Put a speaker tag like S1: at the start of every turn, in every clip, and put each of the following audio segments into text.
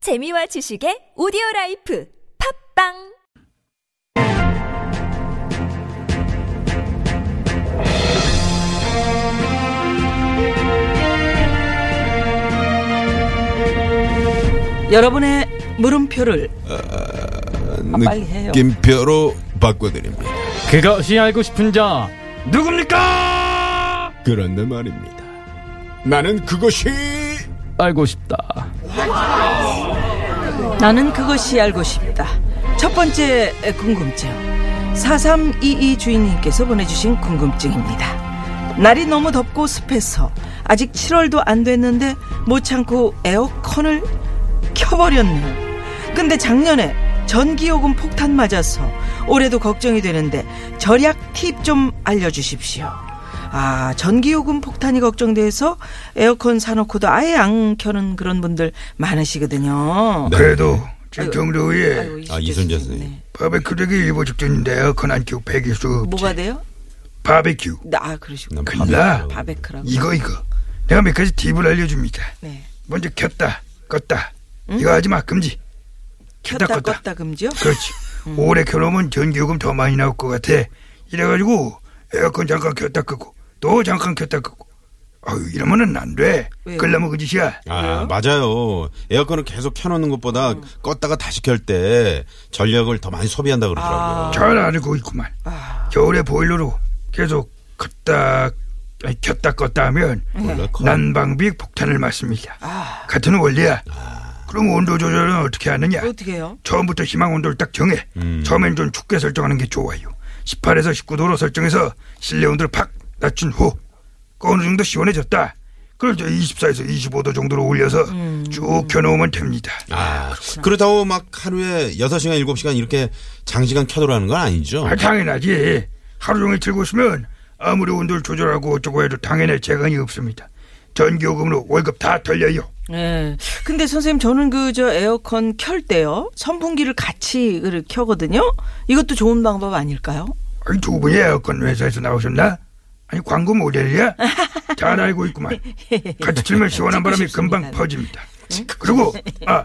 S1: 재미와 지식의 오디오 라이프 팝빵
S2: 여러분의 물음표를 빨리 해요.
S3: 느낌표로 바꿔드립니다.
S4: 그것이 알고 싶은 자 누굽니까?
S3: 그런데 말입니다. 나는 그것이
S4: 알고 싶다.
S2: 나는 그것이 알고 싶다. 첫 번째 궁금증. 4322 주인님께서 보내주신 궁금증입니다. 날이 너무 덥고 습해서 아직 7월도 안 됐는데 못 참고 에어컨을 켜버렸네요. 근데 작년에 전기요금 폭탄 맞아서 올해도 걱정이 되는데 절약 팁 좀 알려주십시오. 아, 전기요금 폭탄이 걱정돼서 에어컨 사놓고도 아예 안 켜는 그런 분들 많으시거든요.
S5: 그래도 지금 경도 위에
S2: 아이고,
S3: 아, 이순재 선생님.
S2: 네.
S5: 바베큐되기 일보 직전인데 에어컨 안 켜고 배기수
S2: 뭐가 돼요?
S5: 바베큐
S2: 나- 아 그러시구나.
S3: 난
S5: 큰일
S3: 바보야.
S5: 나.
S2: 바베크라고.
S5: 이거 이거 내가 몇 가지 팁을 알려줍니다
S2: 네.
S5: 먼저 켰다 껐다 이거 하지마 금지
S2: 켰다
S5: 켰다
S2: 껐다,
S5: 껐다.
S2: 금지요?
S5: 그렇지 오래 켜놓으면 전기요금 더 많이 나올 것 같아 이래가지고 에어컨 잠깐 켰다 끄고 또 잠깐 켰다 끄고 아유 이러면은 안돼
S2: 왜요?
S5: 끌려면 그 짓이야
S3: 아, 맞아요. 에어컨을 계속 켜놓는 것보다 껐다가 다시 켤 때 전력을 더 많이 소비한다 그러더라고요.
S5: 잘 알고 있구만. 겨울에 보일러로 계속 껐다 아니, 켰다 껐다 하면
S3: 몰라, 커.
S5: 난방비 폭탄을 맞습니다. 같은 원리야. 그럼 온도 조절은 어떻게 하느냐?
S2: 어떻게 해요?
S5: 처음부터 희망 온도를 딱 정해. 처음엔 좀 춥게 설정하는 게 좋아요. 18에서 19도로 설정해서 실내 온도를 팍 낮춘 후, 그 어느 정도 시원해졌다. 그걸 이제 24에서 25도 정도로 올려서 쭉 켜놓으면 됩니다.
S3: 아, 그렇다고 막 하루에 6시간, 7시간 이렇게 장시간 켜두라는 건 아니죠.
S5: 아, 당연하지. 하루 종일 들고 있으면 아무리 온도를 조절하고 어쩌고 해도 당연히 재간이 없습니다. 전기요금으로 월급 다 털려요.
S2: 예. 근데 선생님 저는 그 저 에어컨 켤 때요 선풍기를 같이 그를 켜거든요. 이것도 좋은 방법 아닐까요?
S5: 아니, 두 분이 에어컨 회사에서 나오셨나? 아니, 광고 모델이야? 잘 알고 있구만. 같이 틀면 시원한 바람이 금방 퍼집니다. 그리고, 아,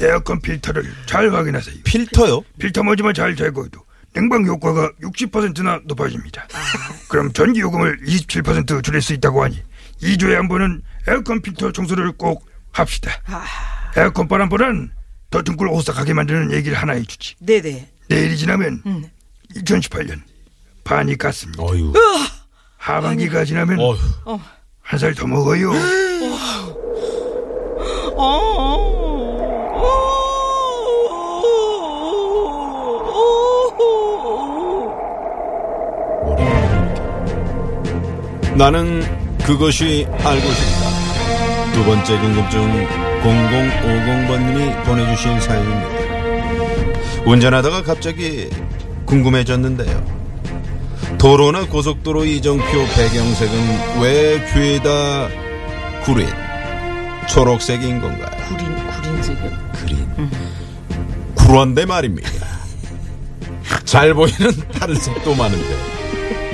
S5: 에어컨 필터를 잘 확인하세요.
S3: 필터요?
S5: 필터 먼지만 잘 제거해도 냉방 효과가 60%나 높아집니다. 그럼 전기 요금을 27% 줄일 수 있다고 하니 2주에 한 번은 에어컨 필터 청소를 꼭 합시다.
S2: 아.
S5: 에어컨 바람보단 더 등골 오싹하게 만드는 얘기를 하나 해주지.
S2: 네네.
S5: 내일이 지나면 2018년 반이 갔습니다.
S3: 어휴.
S5: 하반기가 지나면
S3: 어휴.
S5: 한 살 더 먹어요.
S2: 어. 어. 어.
S3: 나는 그것이 알고 싶다. 두 번째 궁금증 0050번님이 보내주신 사연입니다. 운전하다가 갑자기 궁금해졌는데요. 도로나 고속도로 이정표 배경색은 왜 뒤에다 구린, 초록색인 건가요?
S2: 구린 구린색이요.
S3: 그린. 그런데 말입니다. 잘 보이는 다른 색도 많은데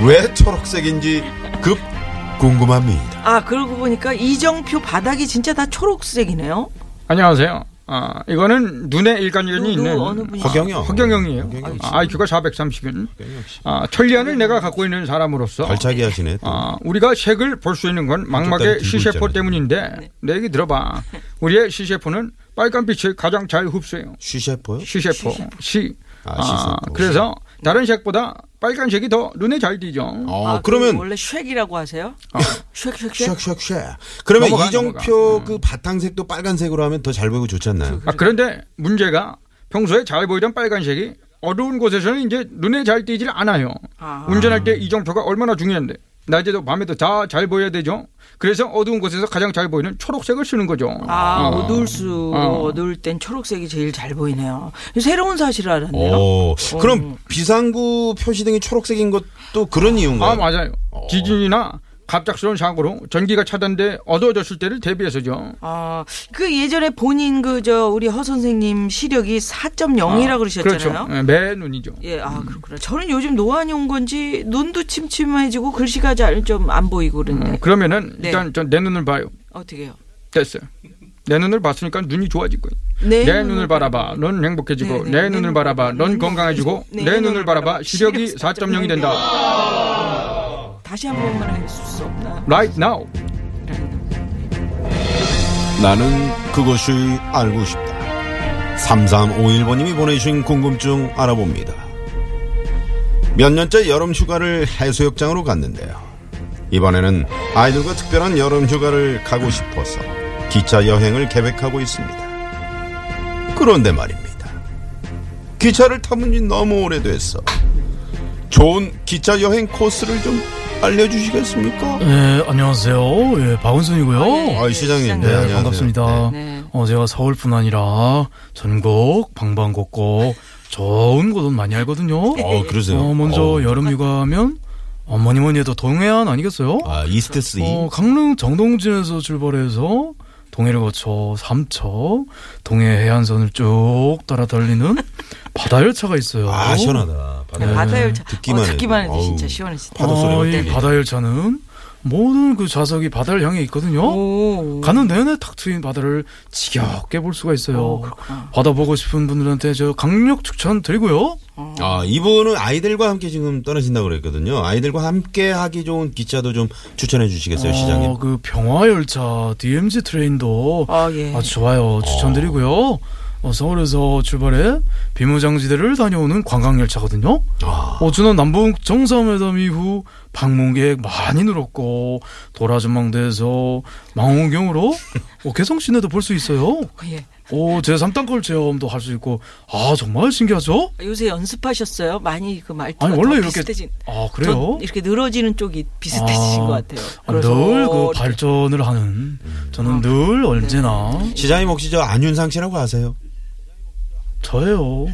S3: 왜 초록색인지 급 궁금합니다.
S2: 아 그러고 보니까 이정표 바닥이 진짜 다 초록색이네요.
S4: 안녕하세요. 아, 이거는 눈에 일관련이
S2: 누구,
S4: 있는
S2: 어느 분이-
S3: 허경영.
S4: 허경영이에요. 아, IQ가 430은 아, 천리안을 내가 갖고 있는 사람으로서
S3: 발차기 하시네. 또.
S4: 아, 우리가 색을 볼 수 있는 건
S3: 다리
S4: 망막의
S3: 들고
S4: 시세포
S3: 있잖아요.
S4: 때문인데 내 얘기 들어봐. 우리의 시세포는 빨간 빛을 가장 잘 흡수해요.
S3: 쉬셰퍼요?
S4: 시세포. 시.
S3: 아,
S4: 아,
S3: 시세포.
S4: 그래서 다른 색보다 빨간색이 더 눈에 잘 띄죠.
S3: 어,
S2: 아, 그럼
S3: 그러면
S2: 원래 쉑이라고 하세요? 쉑쉑쉑.
S3: 쉑쉑쉑. 그러면
S4: 넘어가,
S3: 이정표 그 바탕색도 빨간색으로 하면 더 잘 보이고 좋지 않나요?
S4: 아, 음. 그런데 문제가 평소에 잘 보이던 빨간색이 어두운 곳에서는 이제 눈에 잘 띄질 않아요.
S2: 아.
S5: 음.
S4: 운전할 때 이정표가 얼마나 중요한데 낮에도 밤에도 다 잘 보여야 되죠. 그래서 어두운 곳에서 가장 잘 보이는 초록색을 쓰는 거죠.
S2: 아,
S4: 어.
S2: 어두울수록
S4: 어.
S2: 어. 두울땐 초록색이 제일 잘 보이네요. 새로운 사실을 알았네요.
S3: 오,
S4: 어.
S3: 그럼 비상구 표시등이 초록색인 것도 그런 이유인가요?
S4: 아 맞아요. 지진이나 갑작스러운 사고로 전기가 차단돼 어두워졌을 때를 대비해서죠.
S2: 아, 그 예전에 본인 그 저 우리 허 선생님 시력이 4.0이라 그러셨잖아요.
S6: 네,
S4: 그렇죠. 예, 매 눈이죠.
S2: 예, 아 그렇구나. 저는 요즘 노안이 온 건지 눈도 침침해지고
S6: 어, 음,
S2: 글씨가 잘 좀 안 보이고 그런데
S4: 그러면은
S2: 네.
S4: 일단 전 내 눈을 봐요.
S2: 어떻게요?
S4: 됐어요.
S6: 내 눈을 봤으니까 눈이 좋아질 거야.
S2: 내
S6: 내,
S2: 눈을
S6: 눈을, 바라봐. 넌 행복해지고.
S2: 네, 네.
S6: 내 눈을 바라봐. 넌 건강해지고. 내, 눈을 바라봐. 시력이 4.0이
S2: 네.
S6: 된다.
S2: 다시 한 번만 할 수 없나?
S6: Right now.
S3: 나는 그것이 알고 싶다. 3351번님이 보내주신 궁금증 알아봅니다. 몇 년째 여름 휴가를 해수욕장으로 갔는데요. 이번에는 아이들과 특별한 여름 휴가를 가고 싶어서 기차 여행을 계획하고 있습니다. 그런데 말입니다. 기차를 타본 지 너무 오래됐어. 좋은 기차 여행 코스를 좀 알려주시겠습니까?
S7: 예, 안녕하세요. 예, 박은순이고요.
S3: 아, 시장님.
S7: 네,
S3: 안녕하세요.
S7: 반갑습니다.
S2: 네.
S7: 어, 제가 서울뿐 아니라 전국 방방곡곡 좋은 곳은 많이 알거든요.
S3: 네. 어, 그러세요.
S7: 어, 먼저
S3: 어.
S7: 여름 휴가하면 어, 뭐니 뭐니 해도 동해안 아니겠어요?
S3: 아, 이스트스
S7: 어, 강릉 정동진에서 출발해서 동해를 거쳐 삼척, 동해 해안선을 쭉 따라 달리는 바다 열차가 있어요.
S3: 아, 시원하다. 바다.
S2: 바다 열차.
S3: 듣기만
S2: 어, 듣기만 해도
S3: 해도.
S2: 진짜
S3: 어우,
S2: 시원해진다.
S3: 파도 소리가
S7: 어, 이
S3: 들리네.
S7: 바다 열차는 모든 그 좌석이 바다를 향해 있거든요.
S2: 오.
S7: 가는 내내 탁 트인 바다를 지겹게 볼 수가 있어요.
S2: 오, 그렇구나.
S7: 바다 보고 싶은 분들한테 저 강력 추천 드리고요.
S3: 아, 이분은 아이들과 함께 지금 떠나신다고 그랬거든요. 아이들과 함께 하기 좋은 기차도 좀 추천해 주시겠어요, 시장님?
S7: 어, 그 평화 열차 DMZ 트레인도
S2: 아, 예.
S7: 아주 좋아요. 추천드리고요. 어, 서울에서 출발해 비무장지대를 다녀오는 관광 열차거든요.
S3: 아.
S7: 어, 지난 남북 정상회담 이후 방문객 많이 늘었고 도라 전망대에서 망원경으로 어, 개성 시내도 볼 수 있어요.
S2: 예.
S7: 오, 제 3단골 체험도 할 수 있고, 아, 정말 신기하죠?
S2: 아, 요새 연습하셨어요? 많이 그 말투가
S7: 아니, 원래
S2: 더
S7: 이렇게.
S2: 비슷해진.
S7: 아,
S2: 전
S7: 그래요?
S2: 이렇게 늘어지는 쪽이 비슷해지신
S7: 아,
S2: 것 같아요.
S7: 늘
S2: 어,
S7: 그
S2: 이렇게.
S7: 발전을 하는,
S8: 음.
S7: 저는 늘 언제나
S2: 네,
S3: 시장님 혹시 저 안윤상 씨라고 아세요?
S7: 저예요.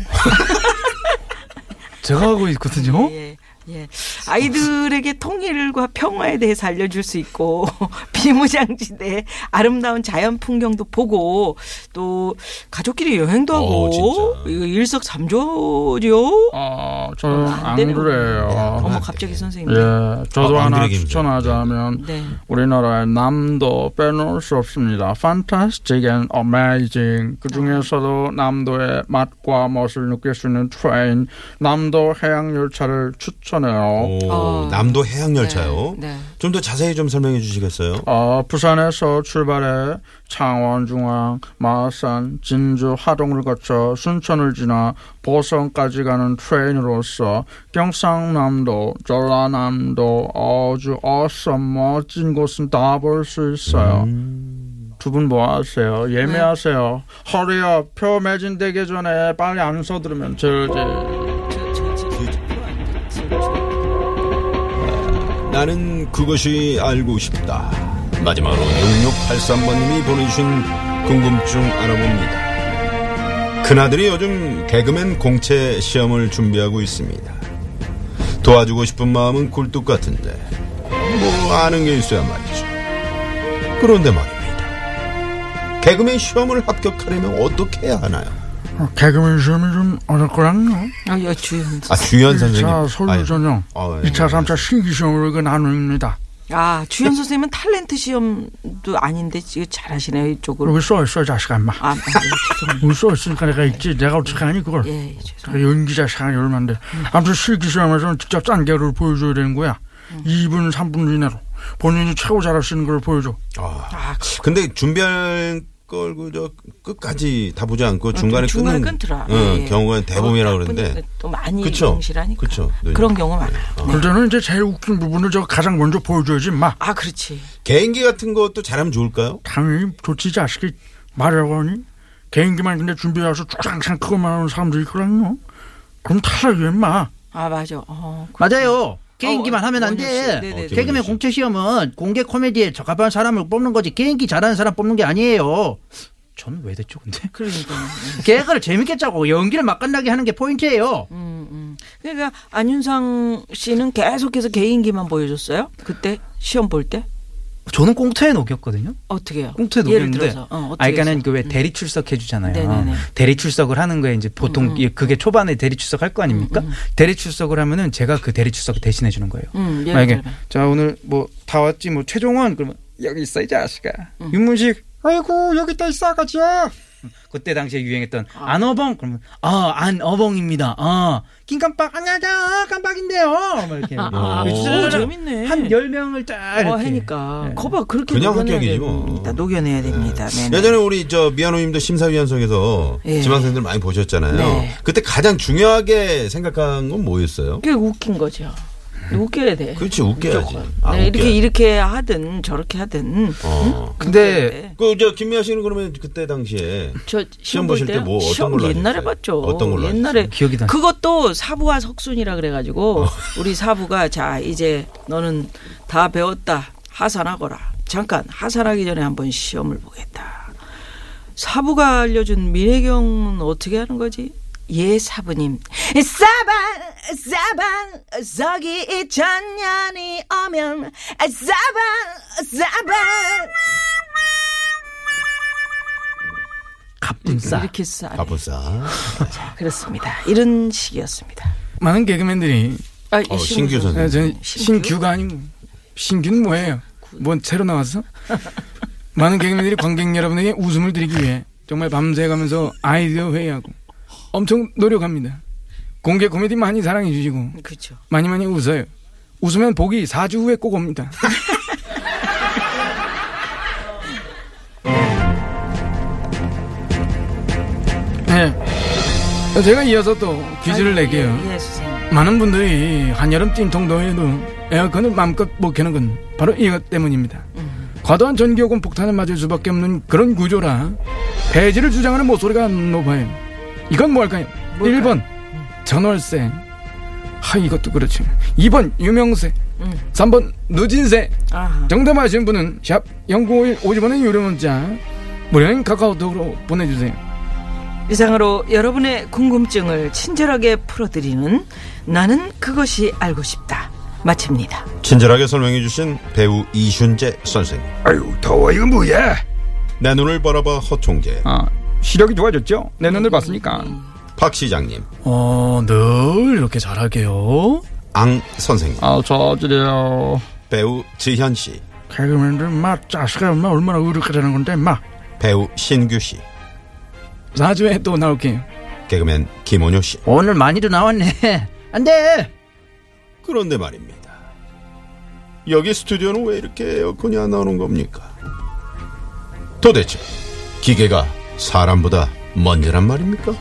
S7: 제가 하고 있거든요.
S2: 예, 예. 아이들에게 통일과 평화에 대해서 알려줄 수 있고 비무장지대의 아름다운 자연 풍경도 보고 또 가족끼리 여행도
S3: 어,
S2: 하고
S3: 진짜.
S2: 이거 일석삼조죠.
S6: 아,
S2: 안
S6: 저안
S2: 되는
S7: 아,
S6: 그래요.
S7: 네.
S2: 어머 갑자기 선생님.
S6: 예, 저도
S3: 아, 안
S6: 하나
S3: 그러긴
S6: 추천하자면
S2: 네.
S6: 우리나라의 남도 빼놓을 수 없습니다. Fantastic and amazing. 그 중에서도 남도의 맛과 멋을 느낄 수 있는 트레인, 남도 해양 열차를 추천해요.
S3: 오,
S2: 어.
S3: 남도 해양 열차요.
S2: 네.
S3: 좀 더 자세히 좀 설명해 주시겠어요?
S6: 어, 부산에서 출발해 창원중앙, 마산, 진주, 하동을 거쳐 순천을 지나 보성까지 가는 트레인으로서 경상남도, 전라남도 아주 어서 멋진 곳은 다 볼 수 있어요. 두 분 뭐 하세요? 예매하세요. 허리야, 표 매진되기 전에 빨리 안 서두르면 저지.
S3: 나는 그것이 알고 싶다. 마지막으로 6683번님이 보내주신 궁금증 알아봅니다. 큰아들이 요즘 개그맨 공채 시험을 준비하고 있습니다. 도와주고 싶은 마음은 굴뚝 같은데 뭐 아는 게 있어야 말이죠. 그런데 말입니다. 개그맨 시험을 합격하려면 어떻게 해야 하나요?
S6: 개그맨 시험이 좀 어렵 거랑요.
S2: 아, 여 주연.
S3: 아 주연 선생님.
S6: 1차 서류
S3: 아유,
S6: 전형,
S3: 아, 예.
S6: 2차, 3차 신기 시험으로 이거 나눕니다.
S2: 아, 주연 선생님은 탤런트 시험도 아닌데 지금 잘하시네요 이쪽으로.
S6: 여기 써 있어 자식아 인마
S2: 아, 예,
S6: 여기 써 있으니까 내가 있지 내가 어떻게 하니 그걸
S2: 죄송- 예, 죄송.
S6: 그 연기자 시간이 얼만데 아무튼 실기시험에서는 직접 짠개를 보여줘야 되는 거야 2분 3분 이내로 본인이 최고 잘할 수 있는 걸 보여줘
S3: 아,
S2: 아,
S3: 근데 준비할 걸 그저 끝까지 다 보지 않고 중간에
S2: 아, 중간에
S3: 끊는
S2: 끊더라.
S3: 응,
S2: 예, 예.
S3: 경우가 대범이라
S2: 어,
S3: 그러는데
S2: 나쁜 또 많이
S3: 그쵸?
S2: 응실하니까
S3: 그쵸, 네. 어. 누님.
S2: 그런 경우 많아요. 네.
S6: 그럴 때는 이제 제일 웃긴 부분을 저 가장 먼저 보여줘야지 인마
S2: 아, 그렇지.
S3: 개인기 같은 것도 잘하면 좋을까요?
S6: 당연히 좋지 자식이 말하고 하니 개인기만 근데 준비해서 쭉상상 그것만 하는 사람들이 있거든요 그럼 탈락이야 인마
S2: 아, 맞아. 어,
S8: 맞아요. 개인기만
S2: 어,
S8: 하면 안
S2: 원효 씨.
S8: 돼.
S2: 네네네.
S8: 개그맨 공채 시험은 공개 코미디에 적합한 사람을 뽑는 거지 개인기 잘하는 사람 뽑는 게 아니에요. 저는 왜 됐죠, 근데?
S2: 그러니까.
S8: 개그를 재밌게 짜고 연기를 맛깔나게 하는 게 포인트예요.
S2: 음. 그러니까 안윤상 씨는 계속해서 개인기만 보여줬어요? 그때 시험 볼 때?
S9: 저는 꽁트에 녹였거든요.
S2: 어떻게요?
S9: 꽁트에
S2: 예를
S9: 녹였는데,
S2: 들어서, 어, 어떻게
S9: 아, 그러니까는
S2: 해서?
S9: 그 왜 대리 출석해 주잖아요.
S2: 네네네. 음,
S9: 대리 출석을 하는 거에 이제 보통 이- 그게 초반에 대리 출석할 거 아닙니까? 대리 출석을 하면은 제가 그 대리 출석을 대신해 주는 거예요.
S2: 음, 예를
S9: 만약에
S2: 들어.
S4: 음.
S2: 음.
S9: 자 오늘 뭐 다 왔지 뭐 최종원 그러면 여기 있어 이 자식아 윤문식 어
S4: 아이고 여기 또 있어가지야.
S9: 그때 당시에 유행했던 안어벙 그러면 아 안어벙입니다. 아 킹깜빡 아니야 깜빡인데요. 막 이렇게
S3: 아,
S2: 오, 재밌네.
S9: 어, 한 열 명을 쫙
S2: 어,
S9: 이렇게 네.
S2: 하니까. 거봐, 그렇게
S3: 그냥
S2: 녹여내야
S3: 합격이지 뭐.
S2: 됩니다. 녹여내야 됩니다. 네. 네.
S3: 예전에 우리 저 미아노님도 심사위원석에서
S2: 예.
S3: 지방생들 많이 보셨잖아요.
S2: 네.
S3: 그때 가장 중요하게 생각한 건 뭐였어요?
S2: 그게 웃긴 거죠. 웃겨야 돼.
S3: 그렇지 웃겨야지.
S2: 무조건.
S3: 아,
S2: 네, 이렇게,
S3: 웃겨야지.
S2: 이렇게 하든 저렇게 하든.
S3: 어.
S2: 근데
S3: 그저 김미아 씨는 그러면 그때 당시에
S2: 저 시험
S3: 보실
S2: 보실
S3: 때
S2: 때
S3: 뭐 어떤
S2: 시험
S3: 걸로
S2: 옛날에
S3: 하셨어요?
S2: 봤죠.
S3: 어떤 걸로
S2: 옛날에
S9: 기억이 나.
S2: 그것도 사부와 석순이라 그래가지고
S3: 어.
S2: 우리 사부가 자 이제 너는 다 배웠다 하산하거라. 잠깐 하산하기 전에 한번 시험을 보겠다. 사부가 알려준 미래경은 어떻게 하는 거지? 예 사부님 사방 사방 저기 전년이 오면 사방 사방
S9: 갑분싸.
S2: 이렇게 싸
S3: 바쁘사.
S2: 그렇습니다. 이런 식이었습니다.
S10: 많은 개그맨들이
S2: 아,
S3: 어, 신규
S2: 선
S10: 네,
S3: 선생.
S10: 저는 신규가 아니고 신규는 뭐예요? 뭔 새로 나왔어? 많은 개그맨들이 관객 여러분에게 웃음을 드리기 위해 정말 밤새가면서 아이디어 회의하고 엄청 노력합니다. 공개 코미디 많이 사랑해 주시고
S2: 그렇죠.
S10: 많이 많이 웃어요. 웃으면 복이 4주 후에 꼭 옵니다. 네. 제가 이어서 또 퀴즈를 낼게요.
S2: 예, 예, 선생님.
S10: 많은 분들이 한여름 찜통 더위에도 에어컨을 마음껏 못 켜는 건 바로 이것 때문입니다. 과도한 전기 요금 폭탄을 맞을 수밖에 없는 그런 구조라 폐지를 주장하는 목소리가 높아요. 이건 뭘까요? 1번 전월세 하 이것도 그렇죠. 2번 유명세 3번 누진세
S2: 아하.
S10: 정답 아시는 분은 샵 0951 50원의 유료 문자 무료인 카카오톡으로 보내주세요.
S2: 이상으로 여러분의 궁금증을 친절하게 풀어드리는 나는 그것이 알고 싶다. 마칩니다.
S3: 친절하게 설명해주신 배우 이순재 선생. 님
S11: 아유 더워 이건 뭐야?
S3: 내 눈을 바라봐 허총재.
S4: 아 시력이 좋아졌죠? 내 눈을 봤으니까.
S3: 박 시장님.
S10: 어, 늘 이렇게 잘할게요.
S3: 앙 선생님.
S4: 아 저질이요.
S3: 배우 지현 씨.
S10: 개그맨들 막 자식아 막 얼마나 의롭게되는 건데 막
S3: 배우 신규 씨.
S10: 4주에 또 나올게요
S3: 개그맨 김원효 씨.
S7: 어?
S6: 오늘 많이도 나왔네. 안 돼!
S3: 그런데 말입니다. 여기 스튜디오는 왜 이렇게 에어컨이 안 나오는 겁니까? 도대체 기계가 사람보다 먼저란 말입니까?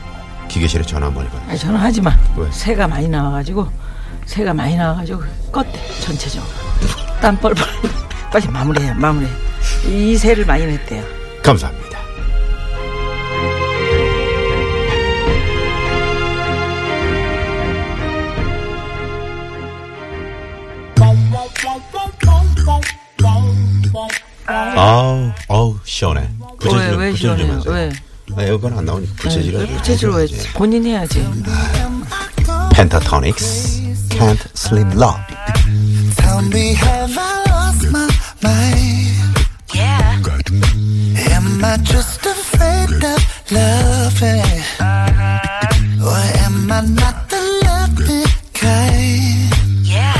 S3: 기계실에 전화 한번 해봐요.
S2: 아니, 저는 하지 마.
S3: 왜?
S2: 새가 많이 나와가지고 새가 많이 나와가지고 껐대 전체적으로. 땀 뻘뻘. 빨리 마무리해 마무리해. 이 새를 많이 냈대요.
S3: 감사합니다. 아우, 아우, 시원해.
S2: 왜,
S3: 부채질,
S2: 왜 시원해요?
S3: 부채질하면서.
S2: 왜?
S3: 아, 에어컨 안 나오니까 부채질을. 해야지.
S2: 부채질 왜? 본인 해야지.
S3: Pentatonix Can't Sleep Love.
S12: Tell me, have I lost my mind? Yeah. Am I just afraid of loving? Or am I not the loving kind? Yeah.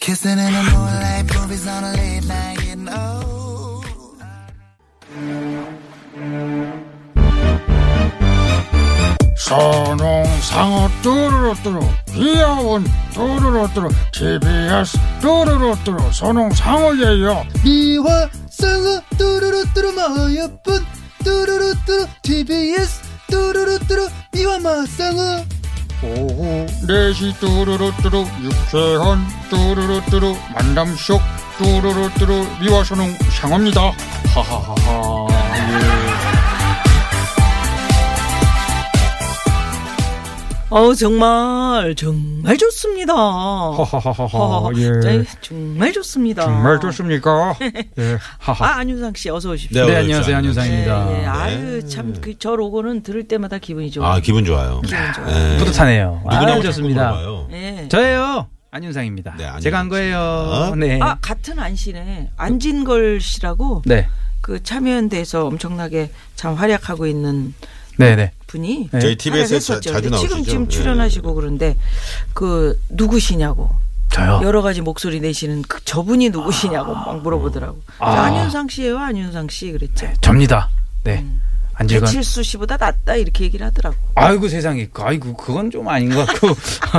S12: Kissing in the moonlight, movies on a late night, getting old.
S4: 선홍 상어 뚜루루뚜루 귀여운 뚜루루뚜루 TBS 뚜루루뚜루 선홍 상어예요
S12: 미화 상어 뚜루루 뚜루 마여쁜 뚜루루 뚜루 TBS 뚜루루 뚜루 미화 마상어
S4: 오후 4시 뚜루루뚜루 유쾌한 뚜루루뚜루 만남 쇼 뚜루루뚜루 미화 선홍 상어입니다 하하하하
S2: 어 정말 정말 좋습니다.
S4: 하하하하 예
S2: 네, 정말 좋습니다.
S4: 정말 좋습니까 예 하하
S2: 아 안유상 씨 어서 오십시오.
S3: 네,
S10: 네 안녕하세요 안유상입니다
S2: 예, 예. 아유 참 그 저 로고는 들을 때마다 기분이 좋아.
S3: 아, 기분 좋아요. 기분 좋아요. 네.
S9: 뿌듯하네요
S3: 누구냐고
S9: 아,
S3: 자꾸
S9: 좋습니다
S3: 물어봐요.
S2: 예.
S9: 저예요 안윤상입니다
S3: 네, 안윤상
S9: 제가 한 거예요 네.
S2: 아 같은 안씨네 안진걸 씨라고
S9: 네.
S2: 그 참여연대에서 엄청나게 참 활약하고 있는
S9: 네네
S2: 분이
S9: 네.
S3: 저희 TBS에 자,
S2: 활약했었죠.
S3: 자주
S2: 근데
S3: 나오시죠.
S2: 지금 지금
S3: 예.
S2: 출연하시고 그런데 그 누구시냐고
S6: 싶어요.
S3: 아.
S2: 여러 가지 목소리 내시는 그 저분이 누구시냐고 막 물어보더라고. 저
S6: 아.
S2: 안윤상 씨예요, 안윤상 씨 그랬죠.
S6: 접니다. 네. 안질건.
S2: 배칠수 씨보다 낫다 이렇게 얘기를 하더라고.
S9: 아이고 세상에 아이고 그건 좀 아닌 것 같고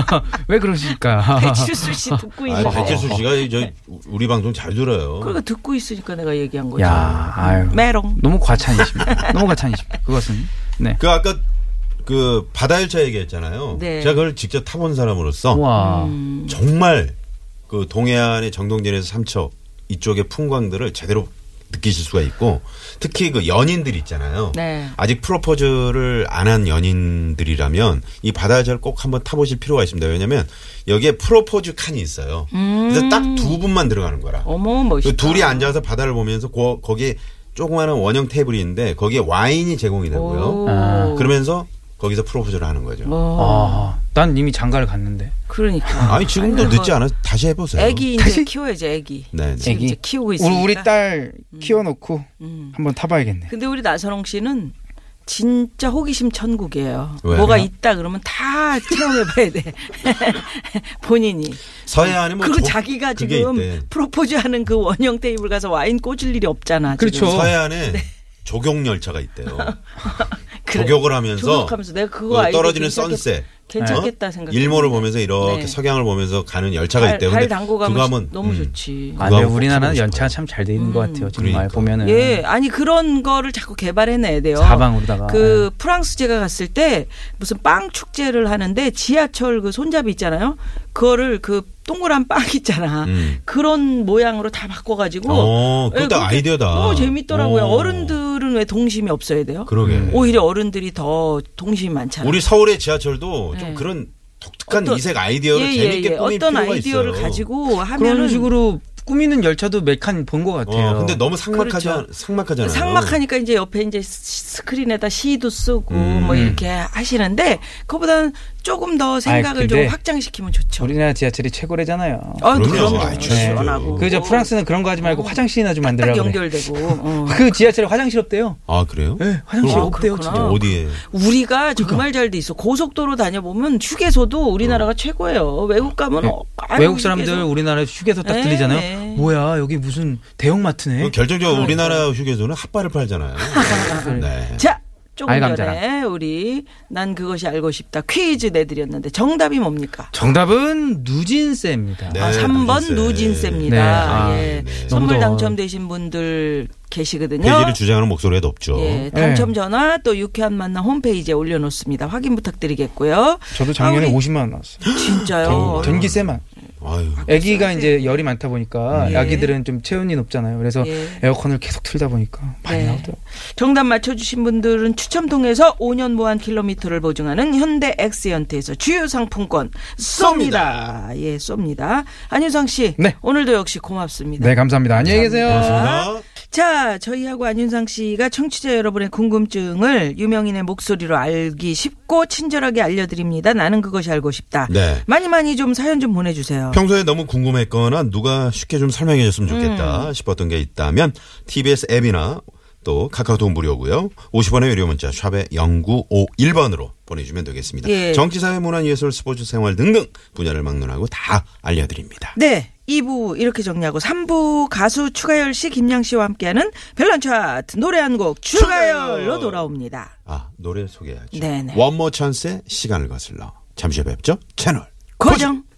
S7: 왜 그러실까?
S2: 배칠수 씨 듣고 있는
S3: 아,
S2: 거.
S3: 배칠수 씨가 이- 저 우리 방송 잘 들어요.
S2: 그러니까 듣고 있으니까 내가 얘기한 거죠.
S7: 야, 아유.
S2: 메롱.
S7: 너무 과찬이십니다. 너무 과찬이십니다. 그것은. 네.
S3: 그 아까 그 바다열차 얘기했잖아요.
S2: 네.
S3: 제가 그걸 직접 타본 사람으로서
S7: 와.
S3: 정말 그 동해안의 정동진에서 삼척 이쪽의 풍광들을 제대로 느끼실 수가 있고 특히 그 연인들 있잖아요.
S2: 네.
S3: 아직 프로포즈를 안 한 연인들이라면 이 바다열차를 꼭 한번 타보실 필요가 있습니다. 왜냐하면 여기에 프로포즈 칸이 있어요. 그래서 딱 두 분만 들어가는 거라.
S2: 음. 어머 멋있다.
S3: 그 둘이 앉아서 바다를 보면서 고- 거기에 조그마한 원형 테이블이 있는데 거기에 와인이 제공이 되고요. 아,
S2: 오.
S3: 그러면서 거기서 프로포즈를 하는 거죠.
S2: 어,
S7: 아, 난 이미 장가를 갔는데.
S2: 그러니까.
S3: 아니 지금도
S2: 아니,
S3: 늦지 않아 다시 해보세요.
S2: 애기 이제 키워야지 애기.
S3: 네, 네.
S2: 지금 이제 키우고 있으니까.
S7: 우리 딸 키워놓고
S2: 음.
S7: 한번 타봐야겠네.
S2: 근데 우리 나선홍 씨는 진짜 호기심 천국이에요.
S3: 왜요?
S2: 뭐가 있다 그러면 다 체험해봐야 돼. 본인이.
S3: 서해안에 뭐
S2: 그리고
S3: 조-
S2: 자기가
S3: 그게
S2: 지금
S3: 있대.
S2: 프로포즈하는 그 원형 테이블 가서 와인 꽂을 일이 없잖아. 지금.
S3: 그렇죠. 서해안에 조경 열차가 있대요.
S2: 네. 그래.
S3: 조격을 하면서
S2: 조격하면서 내가 그거
S3: 그
S2: 아이디어
S3: 떨어지는
S2: 괜찮겠-
S3: 선셋
S2: 괜찮겠다
S3: 어?
S2: 생각.
S3: 일몰을 보면서 이렇게
S2: 네.
S3: 석양을 보면서 가는 열차가
S2: 발,
S3: 있대요.
S2: 발
S3: 근데
S2: 담고 가면
S3: 그거 하면
S2: 너무
S3: 음,
S2: 좋지.
S3: 그거
S7: 아, 근데
S3: 한번 꼭
S7: 우리나라는
S3: 해보고
S7: 연차가
S3: 싶어요.
S7: 참 잘 돼 있는 것 같아요. 정말
S3: 그러니까.
S7: 보면은.
S2: 예, 아니 그런 거를 자꾸 개발해내야 요
S3: 아,
S7: 사방으로다가.
S2: 그
S3: 네.
S2: 프랑스 제가 갔을 때 무슨 빵 축제를 하는데 지하철 그 손잡이 있잖아요. 그거를 그 동그란 빵 있잖아.
S3: 음.
S2: 그런 모양으로 다 바꿔가지고. 예,
S3: 어, 그것도
S2: 그렇게
S3: 아이디어다.
S2: 너무 재밌더라고요.
S3: 어.
S2: 어른들은 왜 동심이 없어야 돼요?
S3: 그러게.
S2: 음. 오히려 어른들이 더 동심이 많잖아요.
S3: 우리 서울의 지하철도 좀
S2: 네.
S3: 그런 독특한
S2: 어떤- 예,
S3: 이색 아이디어를 재밌게 꾸밀
S2: 어떤
S3: 필요가
S2: 아이디어를
S3: 있어요.
S2: 가지고 하면은
S7: 예. 그런 식으로 꾸미는 열차도 몇 칸 본 것
S3: 어,
S7: 같아요.
S3: 근데 너무 삭막하지 않- 삭막하잖아요.
S2: 그렇죠. 상막하니까 이제 옆에 이제 스- 스크린에다 시도 쓰고
S3: 음.
S2: 뭐 이렇게 하시는데 그보다는 조금 더 생각을
S7: 아이,
S2: 좀
S7: 근데
S2: 확장시키면 좋죠.
S7: 우리나라 지하철이 최고래잖아요.
S2: 아,
S3: 그럼요.
S2: 그럼요.
S3: 아이, 최고죠.
S2: 시원하고.
S7: 그 저 프랑스는 그런 거 하지 말고 화장실이나 좀
S2: 어, 딱
S7: 만들라고. 그래.
S2: 연결되고. 어.
S7: 그 지하철에 화장실 없대요.
S3: 아 그래요?
S7: 예, 화장실
S2: 아,
S7: 없대요.
S2: 그렇구나.
S7: 진짜. 그러니까.
S3: 어디에?
S2: 우리가 정말 잘 돼 있어. 고속도로 다녀보면 휴게소도 우리나라가 최고예요. 외국 가면 어, 아유,
S7: 어. 네. 외국 사람들
S2: 휴게소.
S7: 우리나라에 휴게소 딱
S2: 네,
S7: 들리잖아요.
S2: 네.
S7: 뭐야 여기 무슨 대형마트네.
S2: 예?
S3: 그럼 결정적으로
S2: 아,
S3: 우리나라 휴게소는 핫바를 팔잖아요. 네.
S2: 자, 조금
S7: 알감자라.
S2: 전에 우리 난 그것이 알고 싶다 퀴즈 내드렸는데 정답이 뭡니까?
S7: 정답은 누진세입니다.
S3: 네,
S2: 아, 3번
S3: 누진세.
S2: 누진세입니다.
S7: 네, 그 아,
S2: 예.
S3: 네.
S2: 선물
S7: 너무 더워.
S2: 당첨되신 분들 계시거든요.
S3: 폐지를 주장하는 목소리가 높죠.
S7: 네.
S2: 예, 당첨 전화 또 유쾌한 만남 홈페이지에 올려놓습니다. 확인 부탁드리겠고요.
S7: 저도 작년에
S2: 아, 우리-
S7: 50만 원 나왔어요.
S2: 진짜요.
S7: 전기세만.
S3: 아유.
S7: 아기가 이제 열이 많다 보니까
S2: 예.
S7: 아기들은 좀 체온이 높잖아요. 그래서
S2: 네. 예.
S7: 에어컨을 계속 틀다 보니까 많이
S2: 네.
S7: 나오더라고요.
S2: 정답 맞춰주신 분들은 추첨 통해서 5년 무한 킬로미터를 보증하는 현대 엑시언트에서 주요 상품권 쏩니다. 예, 쏩니다. 안윤상 씨,
S7: 네.
S2: 오늘도 역시 고맙습니다.
S7: 네 감사합니다. 안녕히 계세요.
S2: 아,
S3: 고맙습니다.
S2: 자, 저희하고 안윤상 씨가 청취자 여러분의 궁금증을 유명인의 목소리로 알기 쉽고 친절하게 알려드립니다. 나는 그것이 알고 싶다.
S3: 네.
S2: 많이 많이 좀 사연 좀 보내주세요.
S3: 평소에 너무 궁금했거나 누가 쉽게 좀 설명해 줬으면 좋겠다
S2: 음.
S3: 싶었던 게 있다면 TBS 앱이나 또 카카오톡 무료고요. 50원의 유료 문자 샵에 0951번으로 보내주면 되겠습니다.
S2: 예.
S3: 정치, 사회, 문화, 예술, 스포츠, 생활 등등 분야를 막론하고 다 알려드립니다.
S2: 네. 2부 이렇게 정리하고 3부 가수 추가열 씨, 김양 씨와 함께하는 별난 차트 노래 한 곡 추가열로 돌아옵니다.
S3: 아 노래 소개해야죠.
S2: 네네.
S3: 원모 찬스의 시간을 거슬러 잠시 후에 뵙죠. 채널
S2: 고정.